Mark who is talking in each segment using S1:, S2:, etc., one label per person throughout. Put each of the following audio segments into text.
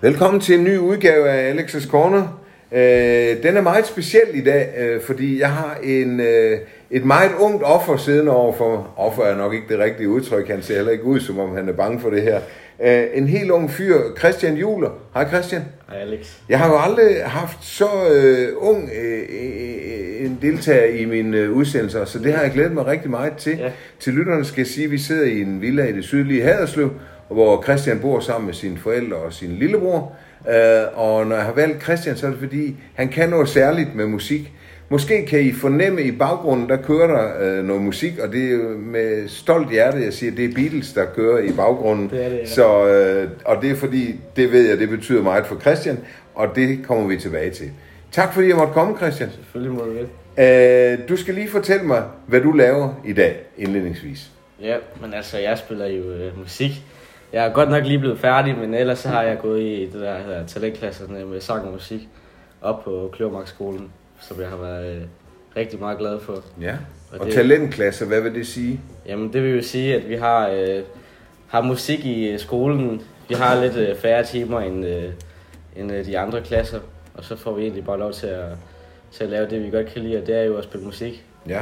S1: Velkommen til en ny udgave af Alex's Corner. Øh, den er meget speciel i dag, øh, fordi jeg har en, øh, et meget ungt offer siddende overfor. Offer er nok ikke det rigtige udtryk, han ser heller ikke ud, som om han er bange for det her. Øh, en helt ung fyr, Christian Juler. Hej Christian.
S2: Hej Alex.
S1: Jeg har jo aldrig haft så øh, ung øh, øh, en deltager i mine øh, udsendelser, så det har jeg glædet mig rigtig meget til. Ja.
S2: Ja.
S1: Til lytterne skal jeg sige, at vi sidder i en villa i det sydlige Haderslev, hvor Christian bor sammen med sine forældre og sin lillebror. Øh, og når jeg har valgt Christian, så er det fordi, han kan noget særligt med musik. Måske kan I fornemme i baggrunden, der kører der øh, noget musik, og det er jo med stolt hjerte, jeg siger, det er Beatles, der kører i baggrunden.
S2: Det er det, ja.
S1: Så, øh, og det er fordi, det ved jeg, det betyder meget for Christian, og det kommer vi tilbage til. Tak fordi jeg måtte komme, Christian.
S2: Selvfølgelig må du det.
S1: Øh, du skal lige fortælle mig, hvad du laver i dag, indledningsvis.
S2: Ja, men altså, jeg spiller jo øh, musik. Jeg er godt nok lige blevet færdig, men ellers så har jeg gået i det der hedder talentklasserne med sang og musik op på Kløvermarkskolen, som jeg har været øh, rigtig meget glad for.
S1: Ja. Og,
S2: Og
S1: og
S2: det-
S1: talentklasser, hvad vil det sige?
S2: Jamen, det vil jo sige, at vi har, øh, har musik i øh, skolen. Vi har lidt øh, færre timer end, øh, end øh, de andre klasser, og så får vi egentlig bare lov til at, til at lave det, vi godt kan lide, og det er jo at spille musik.
S1: Ja.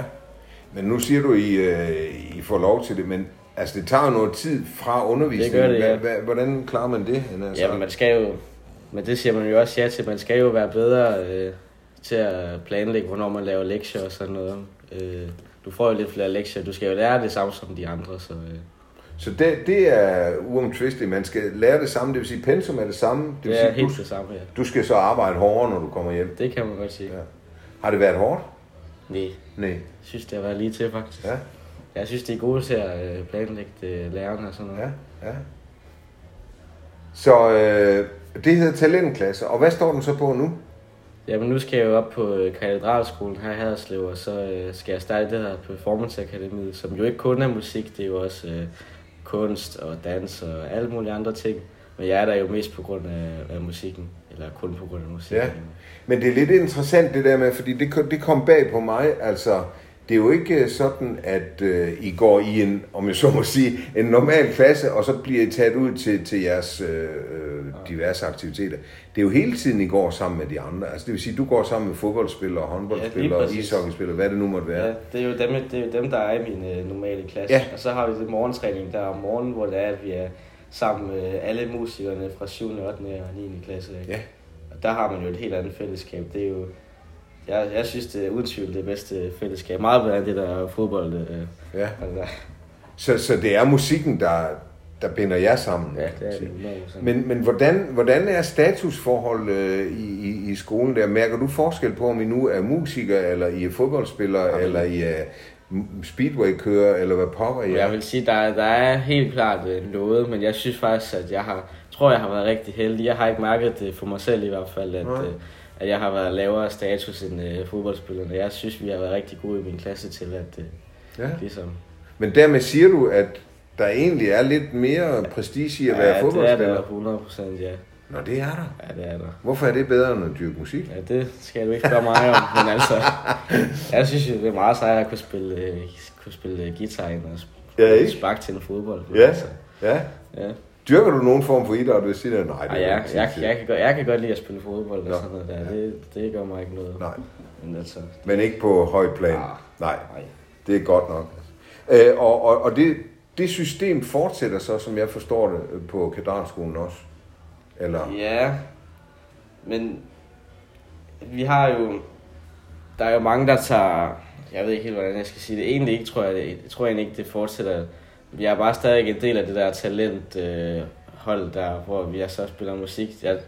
S1: Men nu siger du, I, øh, I får lov til det, men altså, det tager jo noget tid fra undervisningen.
S2: Det gør det,
S1: Hvad-
S2: ja.
S1: hvad- hvordan klarer man det? Anna? Altså,
S2: Ja, man skal jo, men det siger man jo også ja til, man skal jo være bedre øh, til at planlægge, hvornår man laver lektier og sådan noget. Øh, du får jo lidt flere lektier, du skal jo lære det samme som de andre, så øh,
S1: Så det, det er uomtvisteligt. Man skal lære det samme, det vil sige, pensum er det samme. Det vil
S2: det er
S1: sige,
S2: helt det samme, ja.
S1: du, du skal så arbejde hårdere, når du kommer hjem.
S2: Det kan man godt sige.
S1: Ja.
S2: Ja.
S1: Har det været hårdt?
S2: Nej, jeg
S1: Nej.
S2: synes det har været lige til faktisk.
S1: Ja,
S2: Jeg synes, det er gode til at øh, planlægge øh, lærerne og sådan noget.
S1: ja, ja. Så øh, det hedder talentklasser. Og hvad står den så på nu?
S2: Jamen nu skal jeg jo op på øh, katedralskolen her i Haderslev, og så øh, skal jeg starte det her Performance Akademiet, som jo ikke kun er musik, det er jo også øh, kunst og dans og alle mulige andre ting. Men jeg er der jo mest på grund af, af musikken, eller kun på grund af musikken.
S1: Ja. Men det er lidt interessant det der med, fordi det, kom- det kom bag på mig, altså det er jo ikke øh, sådan, at øh, I går i en, om jeg så må sige, en normal klasse, og så bliver I taget ud til, til jeres øh, øh, diverse aktiviteter. Det er jo hele tiden, I går sammen med de andre. Altså det vil sige, du går sammen med fodboldspillere, håndboldspillere, ja,
S2: præcis.
S1: ishockeyspillere, hvad det nu måtte være.
S2: Ja, det, er jo dem, det er jo dem, der er i min øh, normale klasse.
S1: Ja.
S2: Og så har vi det morgentræning der om morgenen, hvor det er, at vi er sammen med alle musikerne fra 7., 8. og 9. klasse. Ikke?
S1: Ja.
S2: Og der har man jo et helt andet fællesskab. Det er jo, jeg, jeg synes, det er uden tvivl det bedste fællesskab. Meget bedre end det der fodbold. Øh,
S1: Ja.
S2: altså,
S1: Så, så det er musikken, der, der binder jer sammen.
S2: ja,
S1: kan man
S2: det er
S1: sige.
S2: det. 100%.
S1: Men, men hvordan, hvordan er statusforhold øh, i, i, i skolen der? Mærker du forskel på, om I nu er musikere, eller I er fodboldspillere, Jamen. eller I er m- speedway-kører, eller hvad pokker I
S2: Men
S1: er?
S2: Jeg vil sige, der, der er helt klart øh, noget, men jeg synes faktisk, at jeg har, tror, jeg har været rigtig heldig. Jeg har ikke mærket det for mig selv i hvert fald, at,
S1: Nej.
S2: øh, at jeg har været lavere status end øh, fodboldspillerne. Jeg synes, vi har været rigtig gode i min klasse til at øh,
S1: Ja.
S2: ligesom...
S1: Men dermed siger du, at der egentlig er lidt mere prestige i at være
S2: ja, det er der
S1: fodboldspiller?
S2: 100 procent, ja.
S1: Nå, det er der.
S2: Ja, det er der.
S1: Hvorfor er det bedre end at dyrke musik?
S2: Ja, det skal du ikke spørge mig om, men altså, jeg synes jo, det er meget sejt at kunne spille, øh, kunne spille øh, guitar ind og sp-
S1: Ja, ikke?
S2: sparke til en fodbold. men
S1: Ja,
S2: Altså,
S1: ja.
S2: ja.
S1: Dyrker du nogen form for idræt ved siden af? Nej, det
S2: Ej,
S1: er
S2: jeg,
S1: ikke
S2: jeg,
S1: tid til.
S2: jeg, kan godt, jeg kan godt lide at spille fodbold
S1: Nå,
S2: og sådan noget der. Det, det gør mig ikke noget.
S1: Nej,
S2: Men altså,
S1: men ikke på høj plan.
S2: Ah.
S1: Nej.
S2: nej.
S1: Det er godt nok. Øh, og og, og det, det system fortsætter så, som jeg forstår det, øh, på katedralskolen også? Eller?
S2: Ja, men vi har jo... Der er jo mange, der tager... Jeg ved ikke helt, hvordan jeg skal sige det. Egentlig ikke, tror jeg, det, jeg tror egentlig ikke, det fortsætter. Vi er bare stadig en del af det der talent øh, hold der, hvor vi er så spiller musik. Jeg,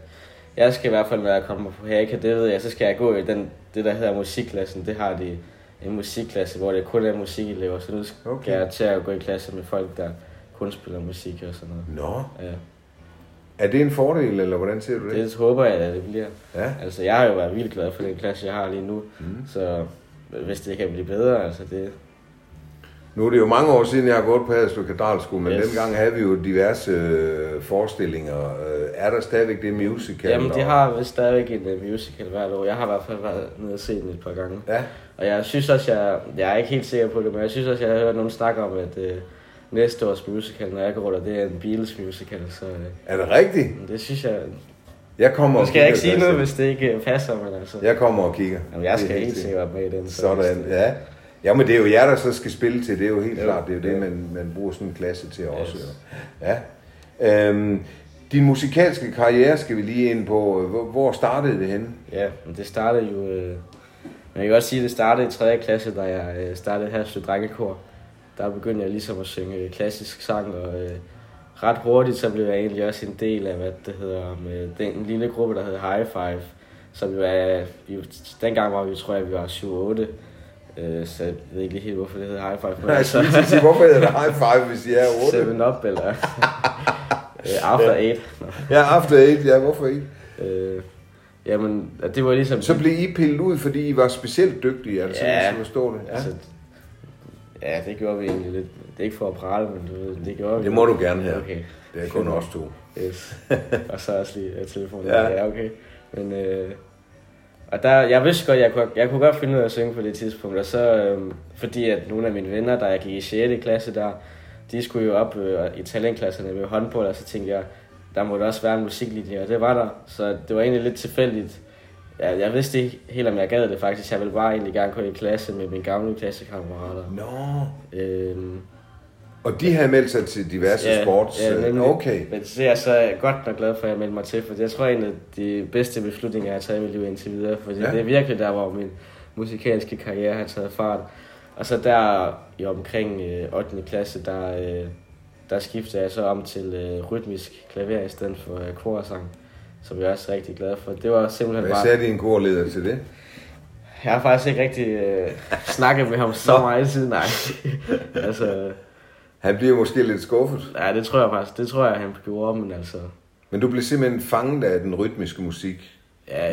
S2: jeg skal i hvert fald, når jeg kommer på Haka, det ved jeg, så skal jeg gå i den, det, der hedder musikklassen. Det har de en musikklasse, hvor det kun er musikelever, så nu skal
S1: Okay.
S2: okay. jeg til at gå i klasse med folk, der kun spiller musik og sådan noget.
S1: Nå,
S2: Ja.
S1: er det en fordel, eller hvordan ser du det?
S2: Det håber jeg, at det bliver.
S1: Ja,
S2: Altså, jeg har jo været vildt glad for den klasse, jeg har lige nu. Mm. Så hvis det kan blive bedre, altså det...
S1: nu er det jo mange år siden, jeg har gået på Haderslev Katedralskole, men yes.
S2: Yes.
S1: dengang havde vi jo diverse øh, forestillinger. Øh, er der stadigvæk det musical?
S2: Jamen, de
S1: og-
S2: har vist stadigvæk en øh, musical hvert år. Jeg har i hvert fald været nede og set den et par gange.
S1: Ja,
S2: Og jeg synes også, jeg... Jeg er ikke helt sikker på det, men jeg synes også, jeg har hørt nogen snakke om, at øh, næste års musical, når jeg går der, det er en Beatles musical. Så øh,
S1: er det rigtigt?
S2: det synes jeg...
S1: Jeg kommer
S2: Nu
S1: og
S2: skal jeg
S1: kigger,
S2: ikke sige
S1: Christian.
S2: noget, hvis det ikke øh, passer, men altså...
S1: Jeg kommer og kigger.
S2: Jamen, jeg
S1: Det er
S2: skal helt
S1: sikkert.
S2: sikkert med i den. så
S1: Sådan,
S2: hvis det-
S1: ja. Ja, men det er jo jer, der så skal spille til, det er jo helt
S2: Jo,
S1: klart, det er jo det,
S2: ja.
S1: man, man bruger sådan en klasse til også.
S2: Yes.
S1: jo. Ja. Øhm, din musikalske karriere skal vi lige ind på. Hvor, hvor startede det henne?
S2: Ja, men det startede jo... Øh, man kan godt sige, at det startede i 3. klasse, da jeg øh, startede her til drengekor. Der begyndte jeg ligesom at synge øh, klassisk sang, og øh, ret hurtigt så blev jeg egentlig også en del af, hvad det hedder, med den lille gruppe, der hed High Five. Som jo er, vi, dengang var vi, tror jeg, vi var 7-8. Øh, så jeg ved ikke lige helt, hvorfor det hedder High Five. men
S1: Nej, jeg skulle Altså, lige til at sige, hvorfor hedder det high five, hvis I er 8?
S2: 7-Up, eller... øh, after 8. Nå.
S1: Ja, after 8, ja, hvorfor ikke?
S2: Øh, jamen, og det var ligesom...
S1: Så blev I pillet ud, fordi I var specielt dygtige, er det sådan,
S2: Ja.
S1: jeg skal forstå det?
S2: Ja.
S1: Ja.
S2: Altså, ja, det gjorde vi egentlig lidt. Det er ikke for at prale, men du ved, det gjorde vi.
S1: Det må du gerne her.
S2: Okay,
S1: Det er kun os to.
S2: yes. og så også lige øh, telefonen.
S1: Ja.
S2: Ja. ja, okay. Men, øh, og der, jeg vidste godt, jeg kunne, jeg kunne godt finde ud af at synge på det tidspunkt. Og så, øh, fordi at nogle af mine venner, der jeg gik i 6. klasse der, de skulle jo op øh, i talentklasserne med håndbold, og så tænkte jeg, der må der også være en musiklinje, og det var der. Så det var egentlig lidt tilfældigt. Jeg, jeg vidste ikke helt, om jeg gad det faktisk. Jeg ville bare egentlig gerne gå i klasse med mine gamle klassekammerater.
S1: Nå.
S2: Øhm,
S1: Og de havde meldt sig til diverse Altså sports. øh,
S2: nemlig.
S1: okay.
S2: Men det er jeg så godt nok glad for, at jeg meldte mig til, for jeg tror egentlig, at de bedste beslutninger, jeg har taget i mit liv indtil videre, for
S1: Ja.
S2: ja. det er virkelig der, hvor min musikalske karriere har taget fart. Og så der i omkring øh, 8. klasse, der, øh, der skifter jeg så om til øh, rytmisk klaver i stedet for øh, korsang, som jeg er også rigtig glad for. Det var simpelthen
S1: Hvad
S2: bare...
S1: sagde din korleder til det?
S2: Jeg har faktisk ikke rigtig øh, snakket med ham så meget siden, nej. altså,
S1: Han bliver måske lidt skuffet.
S2: nej, det tror jeg faktisk, det tror jeg, han gjorde, men altså...
S1: Men du blev simpelthen fanget af den rytmiske musik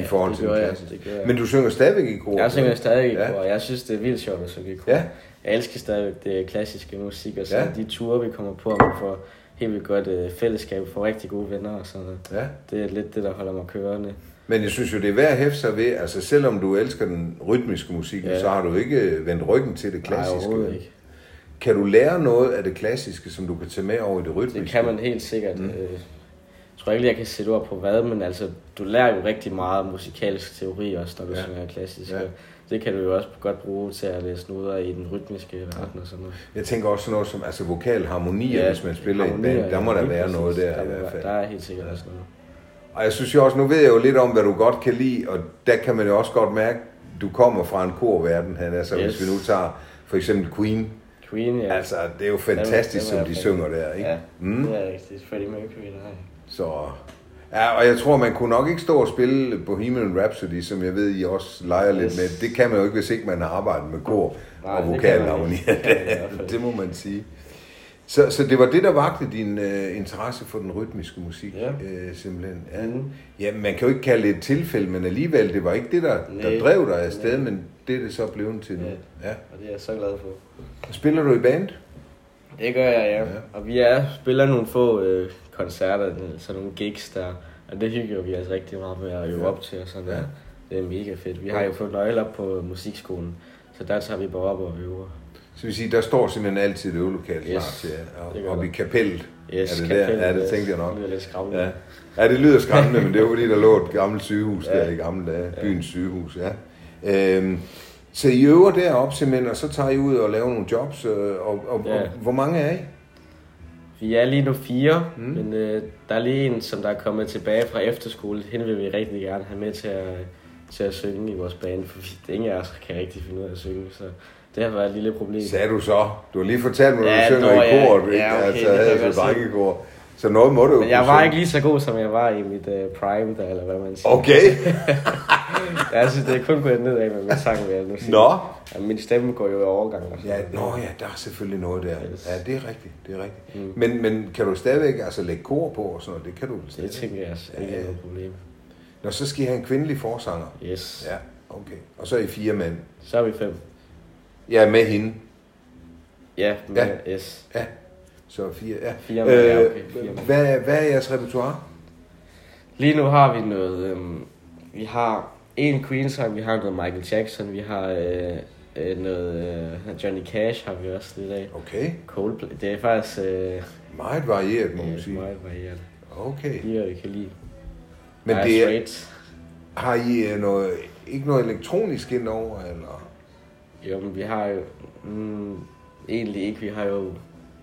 S1: i forhold
S2: det
S1: til den
S2: gjorde
S1: klasse.
S2: Jeg, det gjorde jeg.
S1: Men du synger stadigvæk i kor?
S2: jeg synger stadig i
S1: Ja.
S2: kor, og jeg synes, det er vildt sjovt at synge i kor.
S1: Ja.
S2: Jeg elsker stadig det klassiske musik, og så
S1: Ja.
S2: ja. de ture, vi kommer på, og man får helt vildt godt øh, fællesskab, får rigtig gode venner og sådan noget.
S1: Ja.
S2: Det er lidt det, der holder mig kørende.
S1: Men jeg synes jo, det er værd at hæfte sig ved, altså selvom du elsker den rytmiske musik, ja.
S2: Ja.
S1: så har du ikke vendt ryggen til det klassiske.
S2: overhovedet ikke.
S1: Kan du lære noget af det klassiske, som du kan tage med over i det rytmiske?
S2: Det kan man helt sikkert. Mm. Øh, jeg tror ikke lige, jeg kan sætte ord på hvad, men altså, du lærer jo rigtig meget musikalsk teori også, når du
S1: Ja.
S2: ja. synger klassisk.
S1: Ja.
S2: Ja. Det kan du jo også godt bruge til at læse noder i den rytmiske verden og sådan noget.
S1: Jeg tænker også sådan noget som altså, vokalharmonier, ja, hvis man spiller i et
S2: harmonier,
S1: band. Der må
S2: ja,
S1: der
S2: lige
S1: være
S2: præcis.
S1: noget der,
S2: der
S1: i
S2: må
S1: hvert
S2: være-
S1: fald.
S2: Der er helt sikkert også noget.
S1: Og jeg synes jo også, nu ved jeg jo lidt om, hvad du godt kan lide, og der kan man jo også godt mærke, du kommer fra en korverden, han altså, yes.
S2: Yes.
S1: hvis vi nu tager for eksempel Queen.
S2: Queen, ja.
S1: Ja. Altså, det er jo fantastisk,
S2: Dem- dem er
S1: som de
S2: jeg
S1: synger der, ikke?
S2: ja.
S1: Ja.
S2: Mm. Det er rigtigt. Freddie Mercury, der er.
S1: Så, ja, og jeg tror, man kunne nok ikke stå og spille Bohemian Rhapsody, som jeg ved, I også leger lidt
S2: Yes.
S1: med. Det kan man jo ikke, hvis ikke man har arbejdet med kor
S2: Nej,
S1: og
S2: det kan
S1: vokalnavn.
S2: man ikke. Det kan man i hvert fald
S1: det må man sige. Så, så det var det, der vagte din øh, interesse for den rytmiske musik,
S2: Ja.
S1: øh, simpelthen. Ja.
S2: Mhm.
S1: ja, man kan jo ikke kalde det et tilfælde, men alligevel, det var ikke det, der,
S2: Nej.
S1: der drev dig afsted, men det er det så blevet til nu. Ja.
S2: Ja. Og det er jeg så glad for.
S1: Spiller du i band?
S2: Det gør jeg, ja.
S1: Ja.
S2: ja. Og vi er, spiller nogle få øh, koncerter, øh, sådan nogle gigs der. Og det hygger vi os rigtig meget med at øve
S1: Ja.
S2: ja. op til og sådan
S1: Ja.
S2: ja. der. Det er mega fedt. Vi har jo fået nøgler på musikskolen, så der tager vi bare op og øver.
S1: Så vil sige, der står simpelthen altid et øvelokale klar
S2: Yes,
S1: til, ja.
S2: det
S1: og,
S2: gør
S1: og
S2: der.
S1: i kapellet.
S2: Yes,
S1: er det der?
S2: kapellet,
S1: Ja, det
S2: yes.
S1: tænkte jeg nok.
S2: Det er lidt skræmmende.
S1: Ja. ja, det lyder skræmmende, men det er jo fordi, der lå et gammelt sygehus ja.
S2: Ja.
S1: der i gamle dage. Byens sygehus, ja. Øhm, så I øver deroppe simpelthen, og så tager I ud og laver nogle jobs, øh, og, og, ja.
S2: Ja.
S1: og hvor mange er I?
S2: Vi er lige nu fire, mm. men øh, der er lige en, som der er kommet tilbage fra efterskole. Hende vil vi rigtig gerne have med til at, til at synge i vores band, for vi, ingen af os kan rigtig finde ud af at synge, så det har været et lille problem.
S1: Sagde du så? Du har lige fortalt mig, at
S2: Ja,
S1: du synger
S2: nå,
S1: i
S2: ja.
S1: koret, ikke?
S2: Ja, okay,
S1: altså,
S2: det kan jeg
S1: altså
S2: godt se.
S1: drengekor. Så noget må du jo
S2: Men
S1: kunne
S2: jeg var
S1: synge.
S2: ikke lige så god, som jeg var i mit øh, prime, der, eller hvad man siger.
S1: Okay,
S2: Jeg synes, det er kun gået nedad med min sang, vil jeg nu sige.
S1: nå.
S2: Ja, min stemme går jo i overgang. Og sådan
S1: Ja,
S2: noget.
S1: nå ja, der er selvfølgelig noget der.
S2: Yes.
S1: Ja, det er rigtigt, det er rigtigt. Mm. Men, men kan du stadigvæk altså lægge kor på og sådan noget? Det kan du vel
S2: Det
S1: stadigvæk.
S2: tænker jeg altså ikke
S1: Ja,
S2: er
S1: ja.
S2: noget problem.
S1: Nå, så skal I have en kvindelig forsanger.
S2: Yes.
S1: Ja, okay. Og så er I fire mænd.
S2: Så er vi fem.
S1: Ja, med hende.
S2: Ja, men,
S1: Ja.
S2: ja. yes.
S1: Ja. Så fire, ja.
S2: Fire mænd, ja, okay,
S1: Øh,
S2: fire mænd.
S1: Hvad, hvad er jeres repertoire?
S2: Lige nu har vi noget... Øhm, vi har en Queen sang, vi har noget Michael Jackson, vi har øh, øh, noget øh, Johnny Cash har vi også lidt af.
S1: Okay.
S2: Coldplay, det er faktisk øh,
S1: Meget varieret, må man
S2: øh,
S1: sige.
S2: meget varieret.
S1: Okay.
S2: De, altså, jeg kan lide.
S1: Men
S2: Dire
S1: det er,
S2: Straits.
S1: har I øh, noget, ikke noget elektronisk indover, eller?
S2: Jo, men vi har jo... Mm, egentlig ikke. Vi har jo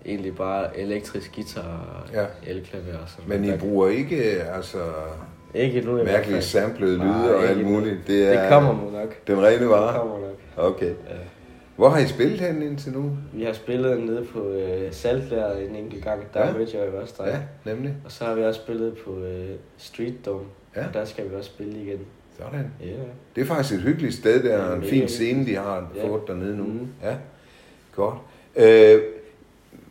S2: egentlig bare elektrisk guitar og
S1: Ja.
S2: ja. elklaver og sådan
S1: Men
S2: noget.
S1: I bruger ikke øh, altså,
S2: Ikke endnu i hvert fald.
S1: mærkelige samplede
S2: Nej,
S1: lyde og
S2: ikke
S1: alt
S2: endnu.
S1: muligt? Det, er
S2: Det kommer nu nok.
S1: Den rene
S2: Det
S1: vare?
S2: kommer nok.
S1: Okay.
S2: Ja.
S1: Hvor har I spillet hen indtil nu?
S2: Vi har spillet nede på øh, Saltlær en enkelt gang. Der
S1: Ja.
S2: ja. mødte jeg jo også dig.
S1: Ja, nemlig.
S2: Og så har vi også spillet på øh, Street Dome.
S1: Ja.
S2: Ja. Og der skal vi også spille igen.
S1: Sådan.
S2: Ja.
S1: Det er faktisk et hyggeligt sted der, og en
S2: Mega
S1: fin
S2: hyggeligt.
S1: scene, de har
S2: Ja.
S1: fået dernede nu.
S2: Mhm.
S1: Ja, godt. Øh,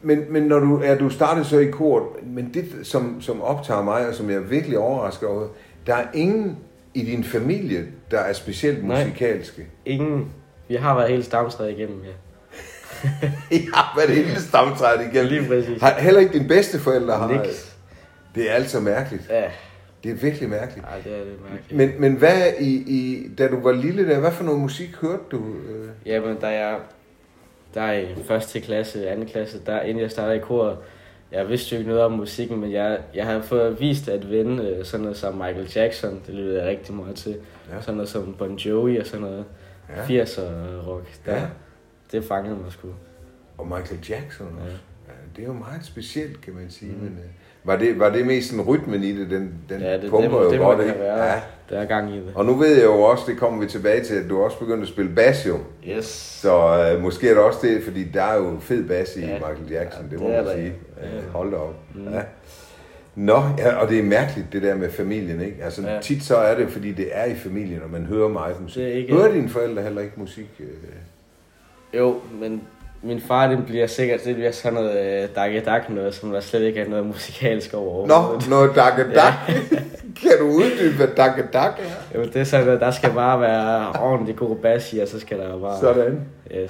S1: men, men når du, er du startede så i kort, men det, som, som optager mig, og som jeg er virkelig overrasket over, der er ingen i din familie, der er specielt
S2: Nej.
S1: musikalske.
S2: Ingen. Vi har været helt stamtræet igennem, ja.
S1: Ja, hvad det hele stamtræet
S2: Ja,
S1: igennem.
S2: lige præcis.
S1: Har, heller ikke dine bedsteforældre har.
S2: Nix.
S1: Det er altså mærkeligt.
S2: Ja,
S1: Det er virkelig mærkeligt.
S2: Ej, det er det mærkeligt.
S1: Men, men hvad i, i, da du var lille der, hvad for noget musik hørte du? Øh,
S2: Jamen, da jeg... Der i første klasse, anden klasse, der inden jeg startede i kor, jeg vidste jo ikke noget om musikken, men jeg, jeg havde fået vist at vende øh, sådan noget som Michael Jackson, det lyttede jeg rigtig meget til.
S1: Ja.
S2: Ja. Sådan noget som Bon Jovi og sådan noget.
S1: Ja.
S2: Ja. 80'er rock. Der,
S1: Ja.
S2: ja. Det fangede mig sgu.
S1: Og Michael Jackson også. Ja. det er jo meget specielt, kan man sige. Mm.
S2: Mm.
S1: Men, øh, var, det, var det mest sådan rytmen i det? Den, den
S2: Ja, det, det,
S1: pumper
S2: må,
S1: jo
S2: det må
S1: godt,
S2: det
S1: ikke?
S2: have været.
S1: Ja.
S2: Ja. Der er gang i det.
S1: Og nu ved jeg jo også, det kommer vi tilbage til, at du også begyndte at spille bas jo.
S2: Yes.
S1: Så øh, måske er det også det, fordi der er jo fed bas i ja.
S2: Ja.
S1: Michael Jackson, ja, det
S2: det
S1: må
S2: er
S1: man
S2: der.
S1: sige.
S2: Ja.
S1: Øh, hold da op. Mm.
S2: Mm.
S1: Ja. Nå, ja, og det er mærkeligt, det der med familien, ikke? Altså, ja.
S2: Ja.
S1: tit så er det, fordi det er i familien, og man hører meget musik.
S2: Det er ikke-
S1: Hører dine forældre heller ikke musik? Øh?
S2: Jo, men min far, det bliver sikkert, det bliver sådan noget øh, dak dak noget, som der slet ikke er noget musikalsk over.
S1: Nå, noget dakkedak. kan du uddybe, hvad dakkedak er?
S2: Jo, det er sådan noget, der skal bare være ordentlig god bas i, og så skal der jo bare...
S1: Sådan.
S2: Yes.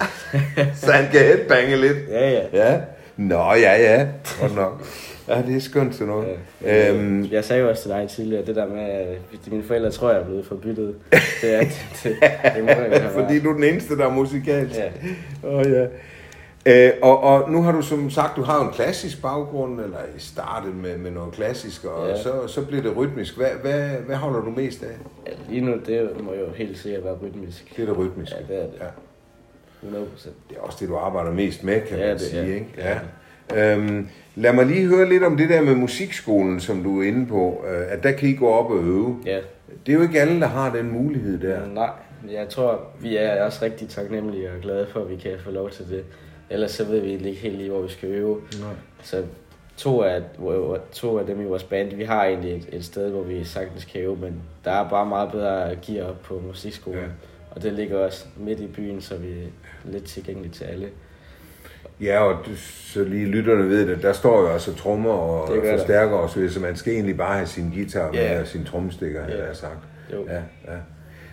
S1: Så han kan headbange lidt.
S2: Ja, ja.
S1: Ja. Nå, ja, ja. Godt nok. Ja, det er skønt sådan noget.
S2: Ja.
S1: Øhm,
S2: Øh, Jeg sagde jo også til dig tidligere, det der med, at mine forældre tror, jeg er blevet forbyttet. Det er det, det, det må jeg have
S1: fordi
S2: været.
S1: du er den eneste, der er musikalsk.
S2: Ja.
S1: Åh, ja. Øh, og, og nu har du som sagt, du har jo en klassisk baggrund, eller I startede med, med noget klassisk, og
S2: Ja.
S1: så, så bliver det rytmisk. Hvad, hvad, hvad holder du mest af?
S2: Ja, Lige nu, det må jo helt sikkert være rytmisk.
S1: Det er det rytmiske.
S2: Ja, det er det.
S1: Ja.
S2: 100 procent.
S1: Det er også det, du arbejder mest med, kan
S2: Ja,
S1: man
S2: det
S1: sige.
S2: er det.
S1: Ikke?
S2: Det er
S1: Ja. Øhm, lad mig lige høre lidt om det der med musikskolen, som du er inde på. Øh, at der kan I gå op og øve.
S2: Ja.
S1: Det er jo ikke alle, der har den mulighed der.
S2: Ja. Nej, men jeg tror, vi er også rigtig taknemmelige og glade for, at vi kan få lov til det. Ellers så ved vi egentlig ikke helt lige, hvor vi skal øve.
S1: Nej.
S2: Så to af, hvor- to af dem i vores band, vi har egentlig et, et sted, hvor vi sagtens kan øve, men der er bare meget bedre at give op på musikskolen.
S1: Ja.
S2: Ja. Og det ligger også midt i byen, så vi er lidt tilgængelige til alle.
S1: Ja, og du, så lige lytterne ved det, der står jo også trommer og
S2: Det gør der.
S1: forstærker og så videre, så man skal egentlig bare have sin guitar med
S2: Ja.
S1: og sine tromstikker, yeah.
S2: Ja.
S1: havde jeg sagt.
S2: Jo.
S1: Ja, ja.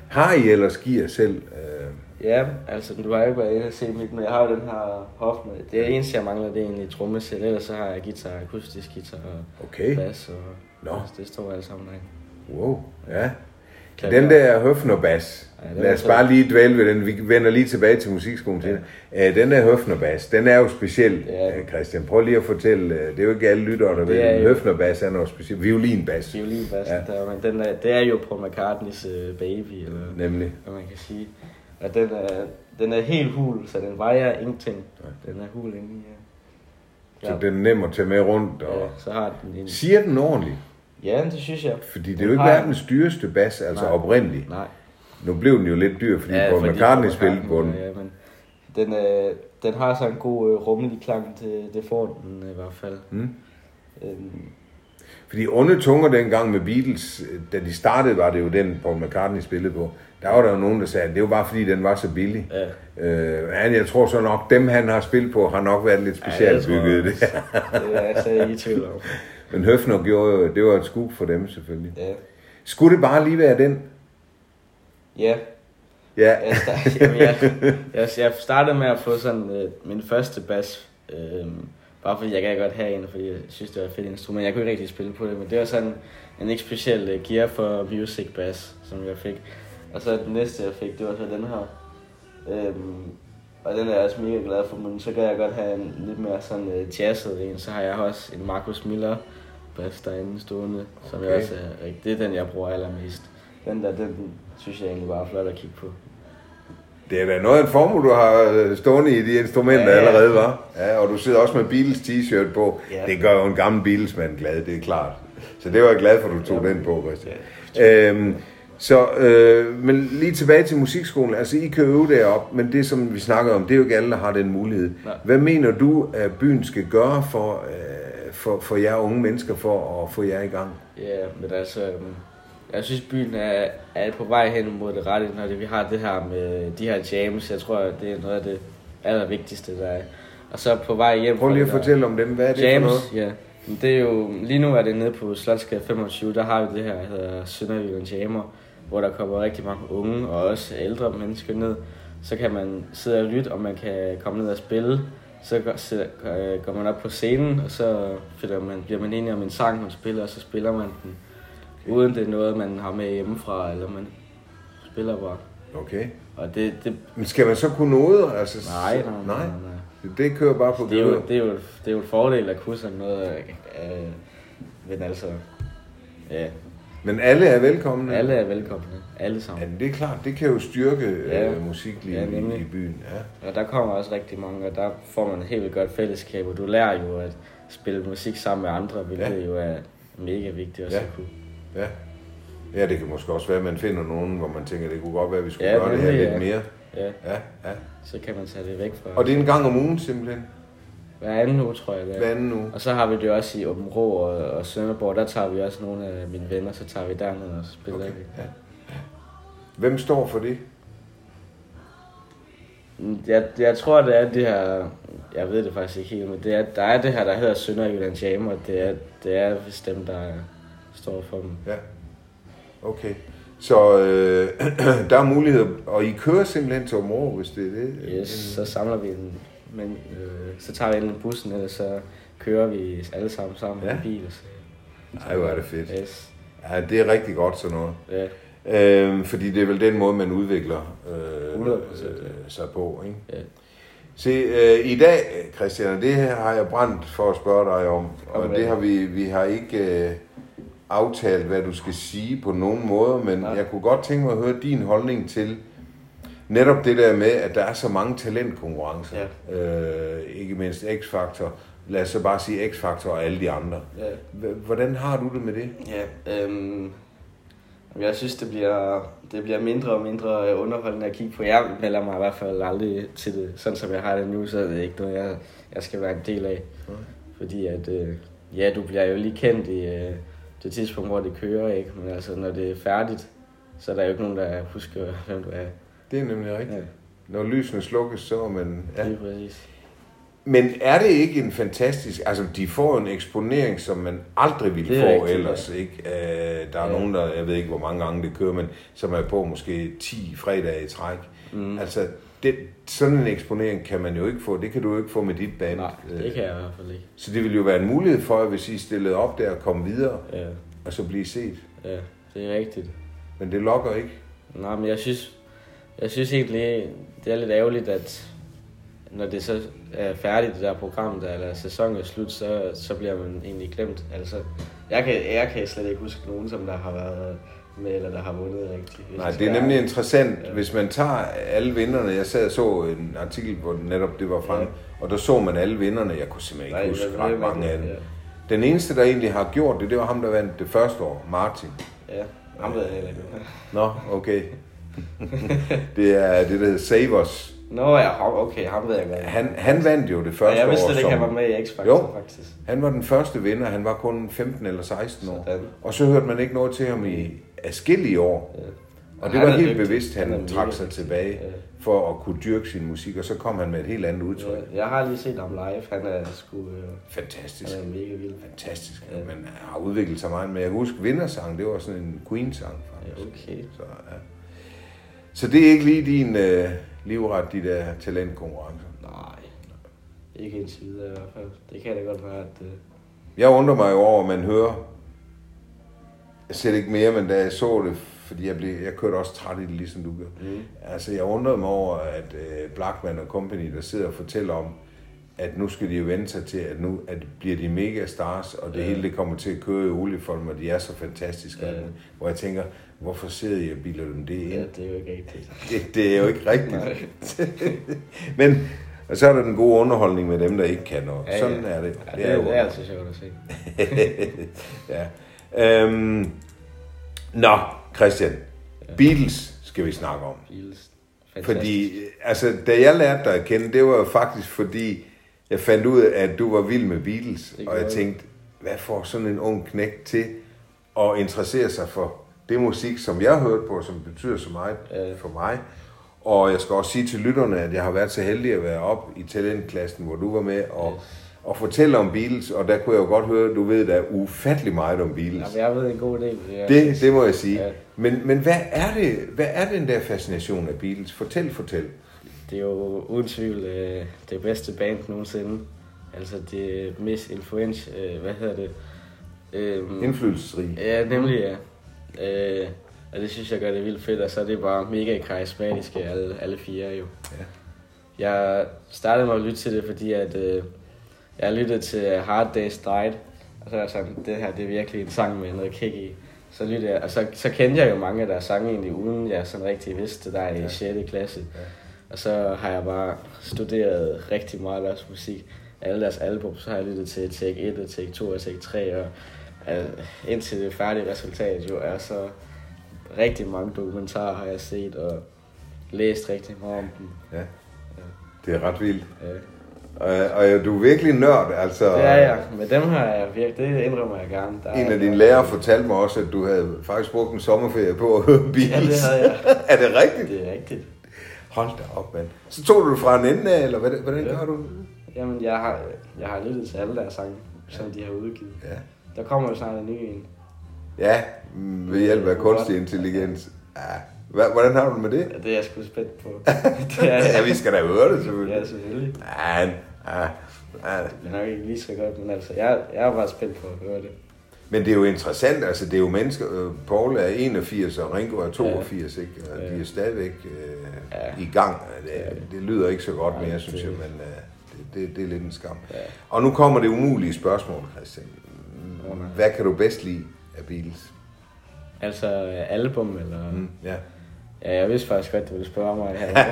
S1: Har I ellers gear selv? Øh,
S2: Ja, altså du har ikke været inde og se mit, men jeg har jo den her Hoffman. Det eneste, jeg mangler, det er egentlig trommesæt. Ellers så har jeg guitar, akustisk guitar og
S1: okay.
S2: bas, og altså,
S1: Nå.
S2: det står alle sammen derinde.
S1: Wow, ja.
S2: Klaver.
S1: Den der høfnerbas,
S2: Ja, den
S1: lad
S2: er
S1: os
S2: fed.
S1: bare lige dvæle ved den, vi vender lige tilbage til musikskolen til. Ja. Den der høfnerbas, den er jo speciel,
S2: Ja.
S1: ja. Christian. Prøv lige at fortælle, øh, det er jo ikke alle lyttere, der ved,
S2: er
S1: men
S2: jo-
S1: høfnerbas er noget specielt. Violinbas,
S2: Violinbassen ja. der, men den er, det er jo Paul McCartney's øh, baby, eller
S1: nemlig.
S2: hvad man kan sige. Og den er, den er helt hul, så den vejer ingenting. Den er hul inde i her.
S1: Så
S2: Ja.
S1: den er nem at tage med rundt. Og...
S2: Ja, så har den en...
S1: Siger den ordentligt?
S2: Ja, det synes jeg.
S1: Fordi det er
S2: Den
S1: jo ikke
S2: har-
S1: verdens dyreste bas, altså
S2: Nej.
S1: oprindeligt.
S2: Nej.
S1: Nu blev den jo lidt dyr, fordi ja, Paul McCartney spillede på den.
S2: Ja, men den, øh, den har så en god øh, rummelig klang, det, det får den øh, i hvert fald.
S1: Mm.
S2: Øhm,
S1: Fordi onde tunger dengang med Beatles, øh, da de startede, var det jo den, Paul McCartney spillede på. Der var der jo nogen, der sagde, at det var bare fordi, den var så billig.
S2: ja.
S1: Øh, han, jeg tror så nok, dem han har spillet på, har nok været lidt
S2: det
S1: specielt
S2: tror jeg
S1: bygget. Det.
S2: også. Det er jeg slet ikke i tvivl om.
S1: Men Høfner gjorde jo, det var et skub for dem selvfølgelig.
S2: Ja.
S1: Skulle det bare lige være den?
S2: ja,
S1: Ja,
S2: Jeg, start, jamen, jeg, jeg, jeg startede med at få sådan øh, min første bas, øh, bare fordi jeg gad godt have en, fordi jeg synes, det var et fedt instrument. Jeg kunne ikke rigtig spille på det, men det var sådan en ikke speciel øh, gear for music bass, som jeg fik. Og så den næste, jeg fik, det var så den her. Øh, og den er jeg også mega glad for, men så gad jeg godt have en lidt mere sådan øh, jazzet en. Så har jeg også en Marcus Miller bas derinde stående, okay. som jeg
S1: Okay.
S2: også er rigtig. Det er den, jeg bruger allermest. Den der, den synes jeg egentlig bare er flot at kigge på.
S1: Det er da noget af en formue, du har øh, stående i de instrumenter
S2: Ja,
S1: ja,
S2: ja.
S1: allerede, var. Ja, og du sidder også med Beatles t-shirt på.
S2: Ja.
S1: Det gør jo en gammel Beatles-mand glad, det er klart. Så det var jeg glad for, at du tog den på, Christian. Øhm, så, øh, men lige tilbage til musikskolen. Altså, I kan øve derop, men det, som vi snakkede om, det er jo ikke alle, der har den mulighed.
S2: Nej.
S1: Hvad mener du, at byen skal gøre for, øh, for, for jer unge mennesker, for at få jer i gang?
S2: Ja, men altså, øhm, jeg synes byen er, er på vej hen mod det rette, når det, vi har det her med de her jams. Jeg tror, det er noget af det allervigtigste, der er. Og så på vej hjem...
S1: Prøv lige at
S2: fra det
S1: fortælle om dem. Hvad er det
S2: der-
S1: for noget?
S2: Jams, ja. Men Det er jo, lige nu er det nede på Slotskade 25, der har vi det her, der hedder Sønderjylland Jammer, hvor der kommer rigtig mange unge og også ældre mennesker ned. Så kan man sidde og lytte, og man kan komme ned og spille. Så går- sidder- øh, går man op på scenen, og så finder man, bliver man enig om en sang, man spiller, og så spiller man den. Uden det er noget, man har med hjemmefra, eller man spiller bare.
S1: Okay.
S2: Og det, det
S1: Men skal man så kunne noget? Altså,
S2: nej, nej, nej, nej. nej.
S1: Det kører bare på
S2: Det er, jo,
S1: gløder.
S2: det, er jo, det er jo en fordel at kunne sådan noget. Øh, men altså, ja,
S1: Men alle er velkomne.
S2: alle er velkomne. Alle
S1: Ja,
S2: sammen.
S1: det er klart. Det kan jo styrke ja.
S2: Ja.
S1: øh, musiklivet
S2: Ja,
S1: ja,
S2: nemlig.
S1: i byen. Ja.
S2: Og der kommer også rigtig mange, og der får man et helt vildt godt fællesskab, og du lærer jo at spille musik sammen med andre, hvilket ja. jo er mega vigtigt også
S1: Ja.
S2: at kunne.
S1: Ja. ja, det kan måske også være, at man finder nogen, hvor man tænker, det kunne godt være, at vi skulle
S2: Ja,
S1: gøre det her lidt
S2: nemlig, ja.
S1: mere.
S2: Ja,
S1: Ja, ja.
S2: så kan man tage det væk fra
S1: Og det er en gang om ugen simpelthen.
S2: hver anden uge, tror jeg det er.
S1: Hver anden uge.
S2: Og så har vi det også i Åben Rå og, og Sønderborg, der tager vi også nogle af mine venner, så tager vi derned og spiller
S1: Okay,
S2: okay. det.
S1: Hvem står for det?
S2: Jeg, jeg tror, det er det her... Jeg ved det faktisk ikke helt, men det er, der er det her, der hedder Sønderjylland Jam, og det er, det er vist dem, der står for dem.
S1: Ja. Okay. Så øh, der er muligheder, og I kører simpelthen til området, hvis det er det.
S2: Yes, så samler vi en... Men, øh, så tager vi enten bussen, eller så kører vi alle sammen sammen
S1: Ja.
S2: ja. i bil. og Så.
S1: Ej, hvor er det fedt.
S2: Yes.
S1: Ja, det er rigtig godt sådan noget.
S2: Ja.
S1: Øh, fordi det er vel den måde, man udvikler øh,
S2: 100%,
S1: øh, sig på. Ikke?
S2: Ja.
S1: Se, øh, i dag, Christian, og det her har jeg brændt for at spørge dig om, og
S2: Om hvad?
S1: det har vi, vi har ikke øh, aftalt, hvad du skal sige på nogen måde, men
S2: Nej.
S1: jeg kunne godt tænke mig at høre din holdning til netop det der med, at der er så mange talentkonkurrencer, ja. øh, ikke mindst X-Factor, lad os så bare sige X-Factor og alle de andre.
S2: Ja.
S1: H- hvordan har du det med det?
S2: Ja, øhm, jeg synes, det bliver, det bliver mindre og mindre øh, underholdende at kigge på. Jeg melder mig i hvert fald aldrig til det. Sådan som jeg har det nu, så er det ikke noget, jeg, jeg skal være en del af.
S1: Nej.
S2: Fordi at, øh, ja, du bliver jo lige kendt i øh, det tidspunkt, hvor det kører, ikke? Men altså, når det er færdigt, så er der jo ikke nogen, der husker, hvem du er.
S1: Det er nemlig rigtigt.
S2: Ja,
S1: Når lysene slukkes, så er man... Ja.
S2: lige præcis.
S1: Men er det ikke en fantastisk... Altså, de får en eksponering, som man aldrig ville
S2: Det er
S1: få
S2: rigtigt,
S1: rigtigt,
S2: ja.
S1: ellers. Ikke? Øh, der er ja.
S2: Ja.
S1: nogen, der... Jeg ved ikke, hvor mange gange det kører, men som er på måske 10 fredage i træk. Mm. Altså, det, sådan en eksponering kan man jo ikke få. Det kan du jo ikke få med dit band. Øh,
S2: Nej, det kan jeg i hvert fald ikke.
S1: Så det ville jo være en mulighed for, at hvis I stillede op der og kom videre,
S2: Ja,
S1: og så blive set.
S2: ja, det er rigtigt.
S1: Men det lokker ikke.
S2: Nej, men jeg synes, jeg synes egentlig, det er lidt ærgerligt, at når det så er færdigt, det der program, der, eller sæsonen er slut, så, så bliver man egentlig glemt. Altså, jeg kan, jeg kan slet ikke huske nogen, som der har været med, eller der har vundet rigtigt. hvis
S1: Nej,
S2: jeg
S1: det
S2: skal
S1: er
S2: være
S1: nemlig
S2: ærlig.
S1: interessant,
S2: Ja.
S1: hvis man tager alle vinderne. Jeg sad og så en artikel, hvor netop det var frem, ja. og der så man alle vinderne. Jeg kunne simpelthen ikke
S2: Nej, altså,
S1: huske
S2: det er
S1: ret
S2: virkelig-
S1: mange af dem. Den eneste, der egentlig har gjort det, det var ham, der vandt det første år, Martin.
S2: Ja, ja. Ham ved jeg heller ikke.
S1: Nå, okay. det er det, der hedder Savers.
S2: Nå ja, ham- okay, ham ved jeg godt.
S1: Han, han vandt jo det
S2: Og
S1: første
S2: jeg vidste
S1: år.
S2: slet ikke,
S1: som-
S2: han var med i X-Factor,
S1: Jo.
S2: faktisk.
S1: han var den første vinder. Han var kun 15 eller 16 år.
S2: Sådan.
S1: Og så hørte man ikke noget til ham i adskillige år.
S2: Ja.
S1: Og det
S2: Han
S1: var
S2: er
S1: helt
S2: dygtig.
S1: bevidst, han,
S2: Han
S1: han
S2: er
S1: trak
S2: mega
S1: sig
S2: dygtig.
S1: tilbage
S2: Ja.
S1: for at kunne dyrke sin musik, og så kom han med et helt andet udtryk.
S2: Ja, øh, Jeg har lige set ham live, han er sgu... Øh,
S1: Fantastisk.
S2: han er mega vild.
S1: Fantastisk.
S2: Ja.
S1: Man har udviklet sig meget, men jeg kan huske, vindersang, det var sådan en Queen-sang faktisk.
S2: Ja, okay.
S1: Så, ja. så det er ikke lige din øh, livret, de der talentkonkurrencer.
S2: Nej. Ikke indtil videre i hvert fald. Det kan da godt være, at... Øh,
S1: Jeg undrer mig jo over, at man hører, jeg ser det ikke mere, men da jeg så det, fordi jeg, blev, jeg kørte også træt i det, ligesom du gør.
S2: mm.
S1: Altså, jeg undrede mig over, at øh, Blackman og Company, der sidder og fortæller om, at nu skal de jo vente sig til, at nu at bliver de mega stars, og det
S2: Ja.
S1: hele det kommer til at køre i olieform, og de er så fantastiske.
S2: Ja.
S1: Ja. Hvor jeg tænker, hvorfor sidder jeg og bilder dem det ind?
S2: Ja, det er jo ikke rigtigt.
S1: Det, det er jo ikke rigtigt. Men og så er der den gode underholdning med dem, der ikke kan noget.
S2: Ja,
S1: Sådan
S2: ja.
S1: er det.
S2: Ja, det, er, det er altså sjovt at se.
S1: ja. Øhm, nå, Christian. Beatles skal vi snakke om.
S2: Beatles. Fantastisk.
S1: Fordi, øh, altså, da jeg lærte dig at kende, det var jo faktisk fordi, jeg fandt ud af, at du var vild med Beatles, og
S2: Det
S1: jeg
S2: gjorde jeg.
S1: tænkte, hvad får sådan en ung knægt til at interessere sig for det musik, som jeg hørte på, som betyder så meget
S2: Ja.
S1: for mig. Og jeg skal også sige til lytterne, at jeg har været så heldig at være op i talentklassen, hvor du var med, og, og fortælle om Beatles, og der kunne jeg jo godt høre, at du ved da ufattelig meget om Beatles.
S2: Jamen, jeg ved en god del. Ja.
S1: Det, det må jeg sige.
S2: Ja.
S1: Men, men hvad, er det, hvad er den der fascination af Beatles? Fortæl, fortæl.
S2: Det er jo uden tvivl øh, det bedste band nogensinde. Altså det mest influens, øh, hvad hedder det? Øhm,
S1: Indflydelsesrig.
S2: ja, nemlig ja. Øh, og det synes jeg gør det vildt fedt, og så er det bare mega karismatiske, alle, alle fire jo.
S1: Ja.
S2: Jeg startede med at lytte til det, fordi at, øh, jeg lyttede til øh, Hard Day's Night, og så var jeg sådan, det her det er virkelig en sang med noget kick i. Så lyttede jeg, og så, så kendte jeg jo mange af deres sange egentlig, uden jeg sådan rigtig vidste det der i
S1: Ja.
S2: ja. 6. klasse. Ja. Og så har jeg bare studeret rigtig meget deres musik. Alle deres album, så har jeg lyttet til Take 1 og Take 2 og Take 3, og al, indtil det færdige resultat jo er så rigtig mange dokumentarer har jeg set og læst rigtig meget om dem.
S1: Ja. Det er ret vildt.
S2: Ja.
S1: Og, og du er virkelig nørd, altså.
S2: Det er jeg, men dem har jeg virkelig, det indrømmer jeg gerne. Der er-
S1: En af dine lærere fortalte mig også, at du havde faktisk brugt en sommerferie på at høre Beatles.
S2: Ja, det havde jeg.
S1: er det rigtigt?
S2: Det er rigtigt.
S1: Hold da op, mand. Så tog du det fra en ende af, eller hvordan, hvordan
S2: Ja.
S1: gør du?
S2: Jamen, jeg har, jeg har lyttet til alle deres sange, som de har udgivet.
S1: Ja.
S2: Der kommer jo snart en ny en.
S1: Ja, mm, ved hjælp af kunstig intelligens. Ja. Hva- Hvordan har du det med det?
S2: Ja, det er jeg sgu spændt på. det er
S1: Ja,
S2: jeg.
S1: vi skal da høre det, selvfølgelig.
S2: Ja, selvfølgelig.
S1: Ja, ja, ja.
S2: Det er nok ikke lige så godt, men altså, jeg, jeg er bare spændt på at høre det.
S1: Men det er jo interessant, altså det er jo mennesker, øh, Paul er 81, og Ringo er 82, ikke? og
S2: Ja.
S1: de er stadigvæk øh,
S2: Ja.
S1: i gang. Det, det lyder ikke så godt
S2: Nej,
S1: mere,
S2: det-
S1: synes jeg, men øh, det, det, det er lidt en skam.
S2: Ja.
S1: Og nu kommer det umulige spørgsmål, Christian.
S2: Åh, nej.
S1: Hvad kan du bedst lide af Beatles?
S2: Altså, øh, album eller... Mm.
S1: Ja.
S2: Ja, jeg vidste faktisk godt, du ville spørge mig her.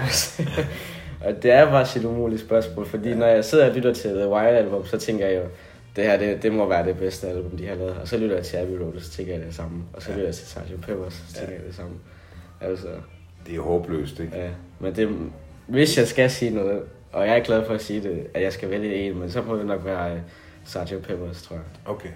S2: og det er faktisk et umuligt spørgsmål, fordi ja. når jeg sidder og lytter til The Wire album, så tænker jeg jo, det her, det, det må være det bedste album, de har lavet. Og så lytter jeg til Abbey Road, og så tænker jeg det samme. Og så
S1: Ja.
S2: ja. lytter jeg til Sgt. Peppers, og så tænker ja. jeg det samme. Altså,
S1: Det er håbløst, ikke?
S2: Ja, men det, hvis jeg skal sige noget, og jeg er glad for at sige det, at jeg skal vælge en, men så må det nok være øh, Sgt. Peppers, tror jeg.
S1: Okay.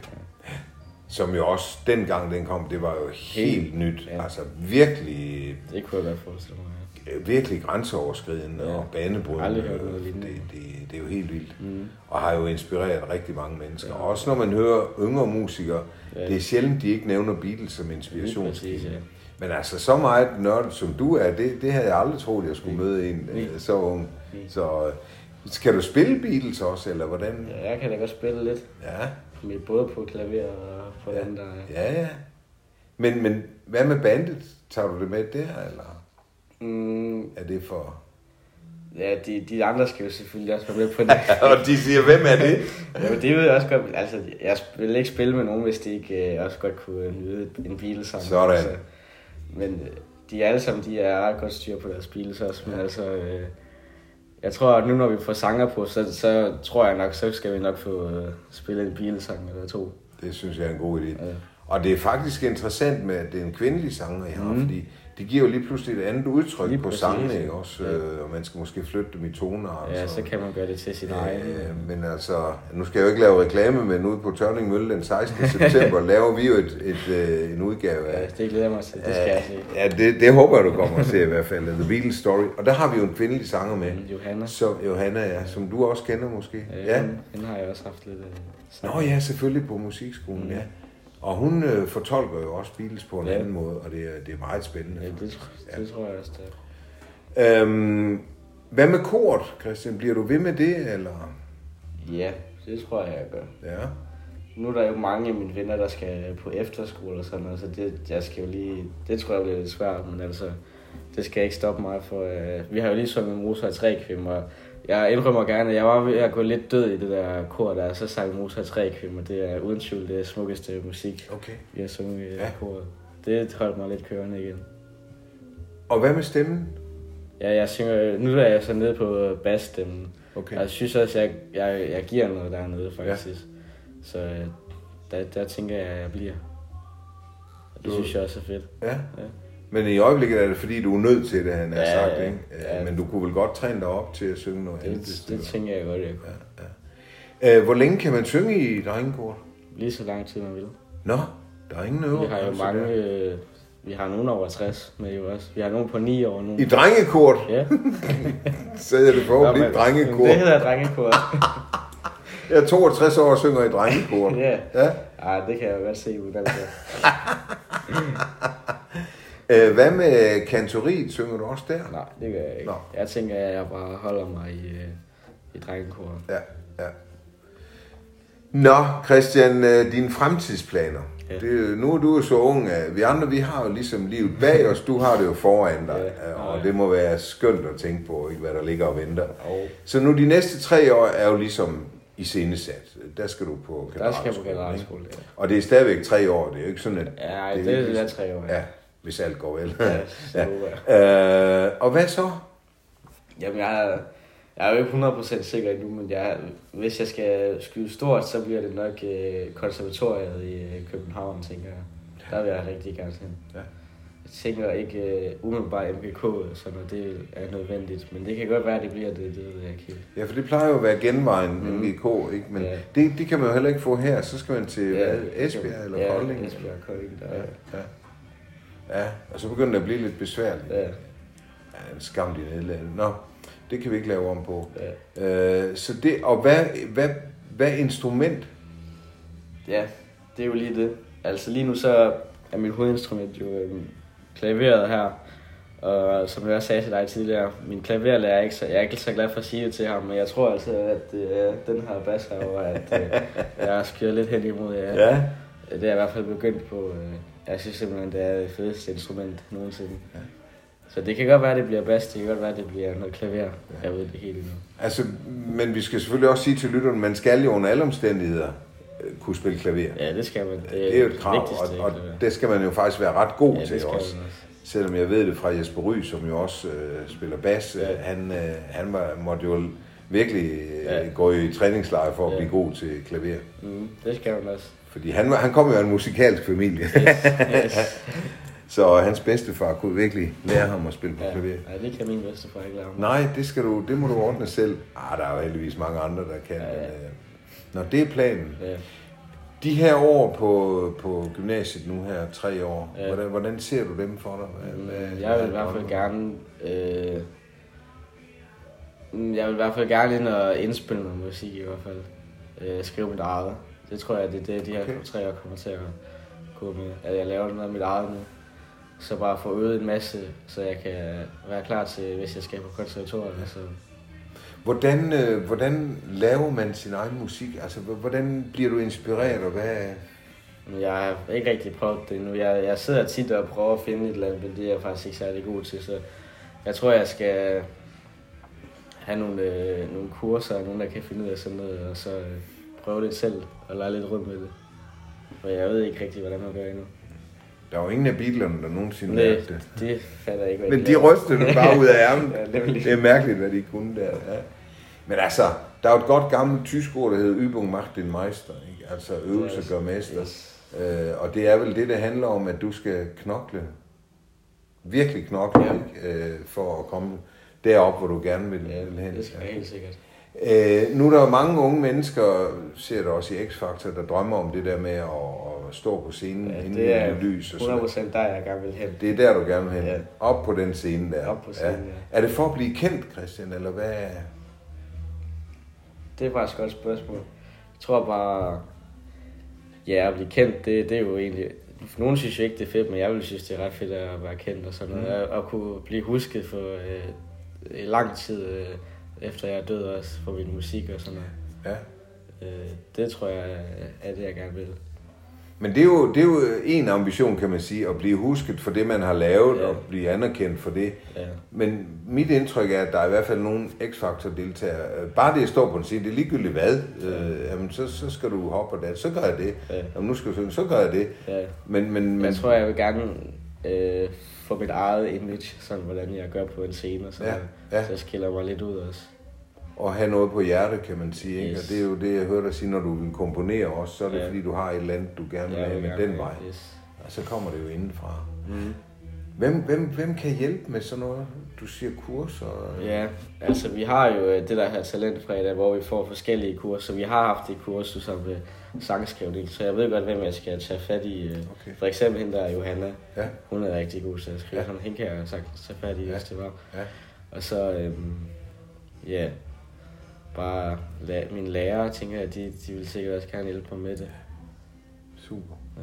S1: Som jo også, dengang den kom, det var jo helt nyt.
S2: Ja.
S1: Altså virkelig
S2: Det kunne jeg godt forestille mig. ja.
S1: øh, virkelig grænseoverskridende
S2: Ja.
S1: og banebrydende.
S2: Aldrig hørt noget
S1: Øh,
S2: lignende.
S1: Det, det, det er jo helt vildt. Mm. Og har jo inspireret rigtig mange mennesker. Ja. Også når man hører yngre musikere, ja.
S2: Ja.
S1: det er sjældent, de ikke nævner Beatles som inspiration.
S2: Lige præcis, ja.
S1: Men altså, så meget nørdet som du er, det, det havde jeg aldrig troet, jeg skulle møde en øh, så ung. Så øh, skal du spille Beatles også, eller hvordan?
S2: Ja, Jeg kan da godt spille lidt,
S1: Ja,
S2: med både på klaver og på ja. den der...
S1: ja. ja. Men, men hvad med bandet? Tager du det med der, eller
S2: Mm,
S1: er det for...
S2: ja, de, de andre skal jo selvfølgelig også være med på det.
S1: og de siger, hvem er det?
S2: ja, men det ved jeg også godt. Altså, jeg vil ikke spille med nogen, hvis de ikke øh, også godt kunne øh, nyde en Beatles-sang.
S1: Sådan.
S2: Altså, men øh, de alle sammen, de er ret godt styr på deres Beatles også, men altså... Øh, jeg tror, at nu når vi får sanger på, så, så tror jeg nok, så skal vi nok få øh, spillet en Beatles-sang eller to.
S1: Det synes jeg er en god idé. Ja.
S2: Ja.
S1: Og det er faktisk interessant med, at det er en kvindelig sanger, jeg har, mm. fordi det giver jo lige pludselig et andet udtryk lige
S2: Mhm.
S1: på
S2: Lige præcis.
S1: sangene, ikke også?
S2: Ja.
S1: Ja. Og man skal måske flytte dem i toner.
S2: Ja, så kan man gøre det til sin egen.
S1: Øh, men altså, nu skal jeg jo ikke lave reklame, men ude på Tørning Mølle den 16. september laver vi jo et, et, øh, en udgave af...
S2: Ja, det glæder jeg mig til. Det skal jeg se.
S1: Ja, det, det håber jeg, du kommer til i hvert fald. af The Beatles Story. Og der har vi jo en kvindelig sanger med.
S2: Mm, Johanna.
S1: Som, Johanna, ja. Som du også kender måske.
S2: Øh,
S1: ja.
S2: hende- Hende har jeg også haft lidt... Øh, sammen.
S1: Nå ja, selvfølgelig på musikskolen, mm. ja. Og hun øh, fortolker jo også Beatles på en ja.
S2: Ja.
S1: anden måde, og det er, det er meget spændende.
S2: Ja, det, tr- det tror jeg også, det er.
S1: Ja. Øhm, hvad med kort, Christian? Bliver du ved med det, eller?
S2: Ja, det tror jeg, jeg gør.
S1: Ja.
S2: Nu er der jo mange af mine venner, der skal på efterskole og sådan noget, så det, jeg skal jo lige, det tror jeg bliver lidt svært, men altså, det skal ikke stoppe mig, for øh, vi har jo lige sunget Mozart 3 kvinder, og Jeg indrømmer gerne, at jeg var ved at gå lidt død i det der kor, der så sang Motor 3 kvinder. Det er uden tvivl det smukkeste musik,
S1: Okay.
S2: vi har sunget i
S1: Ja.
S2: ja. koret. Det holdt mig lidt kørende igen.
S1: Og hvad med stemmen?
S2: Ja, jeg synger, nu er jeg så nede på bassstemmen.
S1: Okay.
S2: Okay. Og jeg synes også, jeg, jeg, jeg giver noget dernede, faktisk. Ja. Så øh, der, der tænker jeg, at jeg bliver. Og det
S1: Du-
S2: du... synes jeg også er fedt.
S1: Ja.
S2: Ja.
S1: Men i øjeblikket er det, fordi du er nødt til det, han har
S2: Ja,
S1: sagt,
S2: ja,
S1: ikke? Øh,
S2: ja.
S1: Men du kunne vel godt træne dig op til at synge noget andet.
S2: Det,
S1: hvis
S2: det, det
S1: var-
S2: tænker jeg godt, jeg kunne.
S1: Ja, ja. Øh, Hvor længe kan man synge i drengekort?
S2: Lige så lang tid, man vil.
S1: Nå, der er ingen øvrige.
S2: Vi har jo mange... Øh, vi har nogen over 60 med jo også. Vi har nogen på 9 år nu.
S1: I drengekort
S2: Ja.
S1: så hedder det
S2: Nå,
S1: forhåbentlig
S2: men-
S1: ikke drengekort.
S2: Det hedder drengekor.
S1: Jeg er 62 år og synger i drengekort.
S2: ja.
S1: ja.
S2: Ej, Ah, det kan jeg jo godt se uden alt det.
S1: Øh, Hvad med kantoriet? Synger du også der?
S2: Nej, det gør jeg ikke.
S1: Nå.
S2: Jeg tænker, at jeg bare holder mig i, øh, i drengekor.
S1: Ja, ja. Nå, Christian, øh, dine fremtidsplaner. Ja.
S2: Ja.
S1: Det, nu er du jo så ung. øh, Vi andre, vi har jo ligesom livet bag os. Du har det jo foran dig.
S2: Ja,
S1: øh, Og
S2: nej.
S1: det må være skønt at tænke på, ikke, hvad der ligger og venter.
S2: Og
S1: Så nu, de næste tre år er jo ligesom i sendesat. Der skal du på
S2: der skal jeg på
S1: ikke?
S2: generalskole. Ja.
S1: Og det er stadigvæk tre år. Det er jo ikke sådan, at...
S2: Ja,
S1: er
S2: det,
S1: ikke
S2: det,
S1: ligesom-
S2: er tre år.
S1: Ja, hvis alt går vel.
S2: Ja, så håber jeg.
S1: Øh, og hvad så?
S2: Jamen, jeg er, jeg er jo ikke 100% sikker endnu, men jeg, hvis jeg skal skyde stort, så bliver det nok øh, konservatoriet i øh, København, tænker jeg. Der vil jeg rigtig gerne hen.
S1: Ja.
S2: Jeg tænker ikke øh, umiddelbart MGK, så når det er nødvendigt, men det kan godt være, at det bliver det, det ved jeg ikke helt.
S1: Ja, for det plejer jo at være genvejen, mm.
S2: Mm.
S1: MGK, ikke? Men ja.
S2: Ja.
S1: det, det kan man jo heller ikke få her. Så skal man til ja, hvad,
S2: det-
S1: Esbjerg eller
S2: ja,
S1: Kolding.
S2: Esbjerg og Kolding, der
S1: Ja,
S2: ja.
S1: ja. ja, og så begynder det at blive lidt besværligt. Ja.
S2: Ja,
S1: Ja, en skam, de nedlagde. Nå, det kan vi ikke lave om på.
S2: ja.
S1: Øh, så det, og hvad, hvad, hvad instrument?
S2: ja, det er jo lige det. Altså lige nu så er mit hovedinstrument jo øhm, klaveret her. Og som jeg også sagde til dig tidligere, min klaverlærer er ikke så, jeg er ikke så glad for at sige det til ham, men jeg tror altså, at øh, den her bas herovre, at øh, jeg spiller lidt hen imod jer. Ja. Det er jeg i hvert fald begyndt på. Øh, jeg synes simpelthen, det er det fedeste instrument nogensinde.
S1: Ja.
S2: Ja. Så det kan godt være, at det bliver bas, det kan godt være, at det bliver noget klaver. Ja. Jeg ved det helt endnu.
S1: Altså, men vi skal selvfølgelig også sige til lytterne, man skal jo under alle omstændigheder øh, kunne spille klaver.
S2: Ja, det skal man. Det er,
S1: Det er jo et krav,
S2: vigtigste,
S1: og, og
S2: klaver.
S1: det skal man jo faktisk være ret god
S2: ja, det
S1: til
S2: skal
S1: også.
S2: man også.
S1: Selvom jeg ved det fra Jesper Ry, som jo også øh, spiller bas,
S2: Ja.
S1: øh, han, øh, han var, måtte jo virkelig øh,
S2: Ja.
S1: gå i træningslejr for at
S2: Ja.
S1: blive god til klaver.
S2: Mm, det skal man også.
S1: Fordi han, var, han kom jo af en musikalsk familie,
S2: Yes.
S1: så hans bedstefar kunne virkelig lære ham at spille på
S2: Ja.
S1: klaver.
S2: Nej, det kan min bedstefar ikke lave.
S1: Nej, det, skal du, det må du ordne selv. Ah, der er jo heldigvis mange andre, der kan.
S2: Ja, ja.
S1: Men, øh, når det er planen.
S2: Ja.
S1: De her år på, på gymnasiet nu her, tre år, ja.
S2: Ja.
S1: hvordan, hvordan ser du dem for dig? Hvad- hvad-
S2: Mm, Jeg vil i hvert fald gerne... Øh, mm, jeg vil i hvert fald gerne ind og indspille noget musik i hvert fald. Øh, skrive mit eget. Det tror jeg, det er det, de her
S1: Okay.
S2: okay. tre år kommer til at gå med. At jeg laver noget af mit eget nu. Så bare få øvet en masse, så jeg kan være klar til, hvis jeg skal på konservatoriet. Ja. Så.
S1: Hvordan, øh, hvordan laver man sin egen musik? Altså, h- hvordan bliver du inspireret, og hvad...
S2: Men Jeg har ikke rigtig prøvet det endnu. Jeg, jeg sidder tit og prøver at finde et eller andet, men det er jeg faktisk ikke særlig god til. Så jeg tror, jeg skal have nogle, øh, nogle kurser, og nogen, der kan finde ud af sådan noget, og så øh, prøve det selv og lege lidt rundt med det. For jeg ved ikke rigtig, hvordan man gør endnu.
S1: Der er jo ingen af Beatlerne, der nogensinde
S2: Nej,
S1: lærte det.
S2: det fatter jeg ikke, hvad
S1: Men de rystede nu bare ud af ærmen.
S2: Ja, nemlig.
S1: Det er mærkeligt, hvad de kunne der. Ja. Men altså, der er jo et godt gammelt tysk ord, der hedder Übung macht den Meister. Ikke? Altså, øvelse
S2: Yes.
S1: gør mester.
S2: Yes.
S1: Øh, og det er vel det, det handler om, at du skal knokle, virkelig knokle,
S2: Ja.
S1: ja. øh, for at komme derop, hvor du gerne vil,
S2: Ja,
S1: vil hen.
S2: det skal jeg helt sikkert.
S1: Øh, nu er der jo mange unge mennesker, ser det også i X-Factor, der drømmer om det der med at, at stå på scenen ja,
S2: Ja,
S1: inden
S2: det er
S1: lys og sådan
S2: 100% der, jeg gerne vil hen.
S1: Det er der, du gerne vil hen. Ja.
S2: Ja.
S1: Op på den scene der.
S2: Op på scenen, ja.
S1: Er det for at blive kendt, Christian, eller hvad?
S2: Det er faktisk et godt spørgsmål. Jeg tror bare, ja, at blive kendt, det, det er jo egentlig... Nogen synes jo ikke, det er fedt, men jeg vil synes, det er ret fedt at være kendt og sådan noget.
S1: Mm.
S2: Og, og kunne blive husket for øh, i lang tid øh, efter jeg er død også, for min musik og sådan noget.
S1: Ja.
S2: Øh, det tror jeg er det, jeg gerne vil.
S1: Men det er, jo, det er jo en ambition, kan man sige, at blive husket for det, man har lavet,
S2: Ja.
S1: og blive anerkendt for det.
S2: Ja.
S1: Men mit indtryk er, at der er i hvert fald nogle X-Factor-deltagere. Øh, Bare det, jeg står på en scene, det er ligegyldigt hvad. Øh, jamen, så, så skal du hoppe og danse, så gør jeg det.
S2: Ja.
S1: Jamen, nu skal du synge, så gør jeg det.
S2: Ja.
S1: Men, men, men
S2: Jeg tror, jeg vil gerne øh, få mit eget image, sådan hvordan jeg gør på en scene og sådan
S1: Ja,
S2: noget.
S1: ja.
S2: Så jeg skiller mig lidt ud også.
S1: at have noget på hjerte, kan man sige. Ikke?
S2: Yes.
S1: Og det er jo det, jeg hørte dig sige, når du vil komponere også, så er det
S2: Ja.
S1: fordi, du har et eller andet, du gerne vil
S2: Jeg
S1: have
S2: vil
S1: med
S2: gerne
S1: den
S2: have-
S1: vej.
S2: Yes.
S1: Og så kommer det jo indenfra. Mm. Hvem, hvem, hvem kan hjælpe med sådan noget? Du siger kurser. øh,
S2: Ja, altså vi har jo øh, det der her talentfredag, hvor vi får forskellige kurser. Vi har haft et kursus sammen med sangskrivning, så jeg ved godt, hvem jeg skal tage fat i. øh.
S1: Okay.
S2: For eksempel hende der, Johanna.
S1: Ja.
S2: Hun er rigtig god til at skrive,
S1: Ja.
S2: ja. hende kan jeg sagtens tage fat i,
S1: Ja.
S2: ja. hvis det var.
S1: Ja.
S2: Og så, øhm, ja, bare la- mine lærere, tænker jeg, de, de vil sikkert også gerne hjælpe mig med det.
S1: Super.
S2: Ja.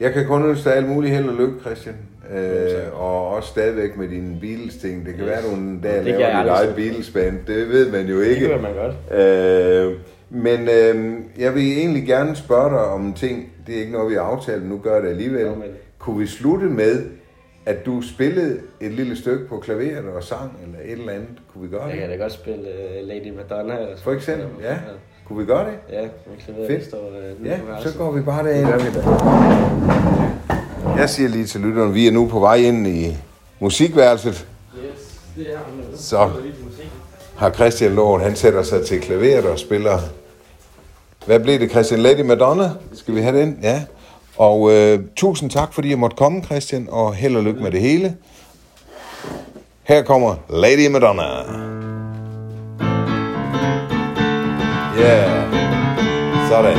S1: Jeg kan kun ønske dig alt muligt held og lykke, Christian.
S2: tak.
S1: Øh, og også stadigvæk med dine Beatles-ting. Det kan
S2: Yes.
S1: være, du en dag
S2: Det kan
S1: laver
S2: jeg
S1: dit
S2: aldrig
S1: eget
S2: selv.
S1: Beatles-band. Det ved man jo ikke.
S2: Det gør man godt.
S1: Øh, men øh, jeg vil egentlig gerne spørge dig om en ting. Det er ikke noget, vi har aftalt, men nu gør jeg det alligevel.
S2: Nå, men-
S1: Kunne vi slutte med, at du spillede et lille stykke på klaveret og sang, eller et eller andet? Kunne vi gøre
S2: Jeg kan
S1: det?
S2: da godt spille øh, Lady Madonna. Eller
S1: For eksempel, ja. Kunne vi gøre det?
S2: Ja, man kan ved,
S1: Fedt.
S2: at det altså- står øh, nu
S1: Ja,
S2: på
S1: så
S2: værelset.
S1: går vi bare derind. Jeg siger lige til lytteren, vi er nu på vej ind i musikværelset.
S2: Yes, det er ham.
S1: Så. Har Christian Lohen, han sætter sig til klaveret og spiller... Hvad blev det, Christian? Lady Madonna? Skal vi have den? Ja. Og øh, tusind tak, fordi jeg måtte komme, Christian, og held og lykke med det hele. Her kommer Lady Madonna. Yeah. Sådan.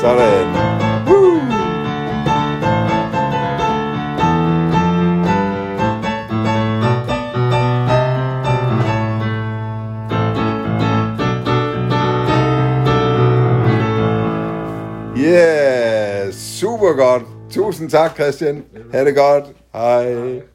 S1: Sådan. Woo! Yeah, super godt. Tusind tak, Christian. Ha' det godt. Hej.